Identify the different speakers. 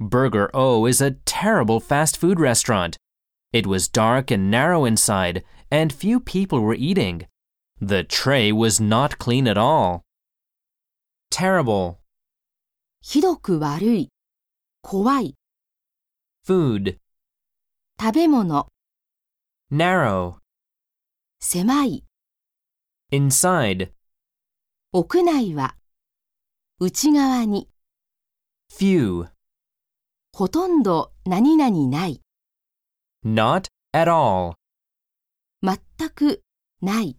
Speaker 1: Burger O is a terrible fast food restaurant. It was dark and narrow inside, and few people were eating. The tray was not clean at all. Terrible.
Speaker 2: ひどく悪い、怖い、
Speaker 1: Food.
Speaker 2: 食べ物、
Speaker 1: Narrow.
Speaker 2: 狭い、
Speaker 1: Inside.
Speaker 2: 屋内は、内側に、
Speaker 1: Few.
Speaker 2: ほとんど何々ない、
Speaker 1: Not at all.
Speaker 2: 全くない。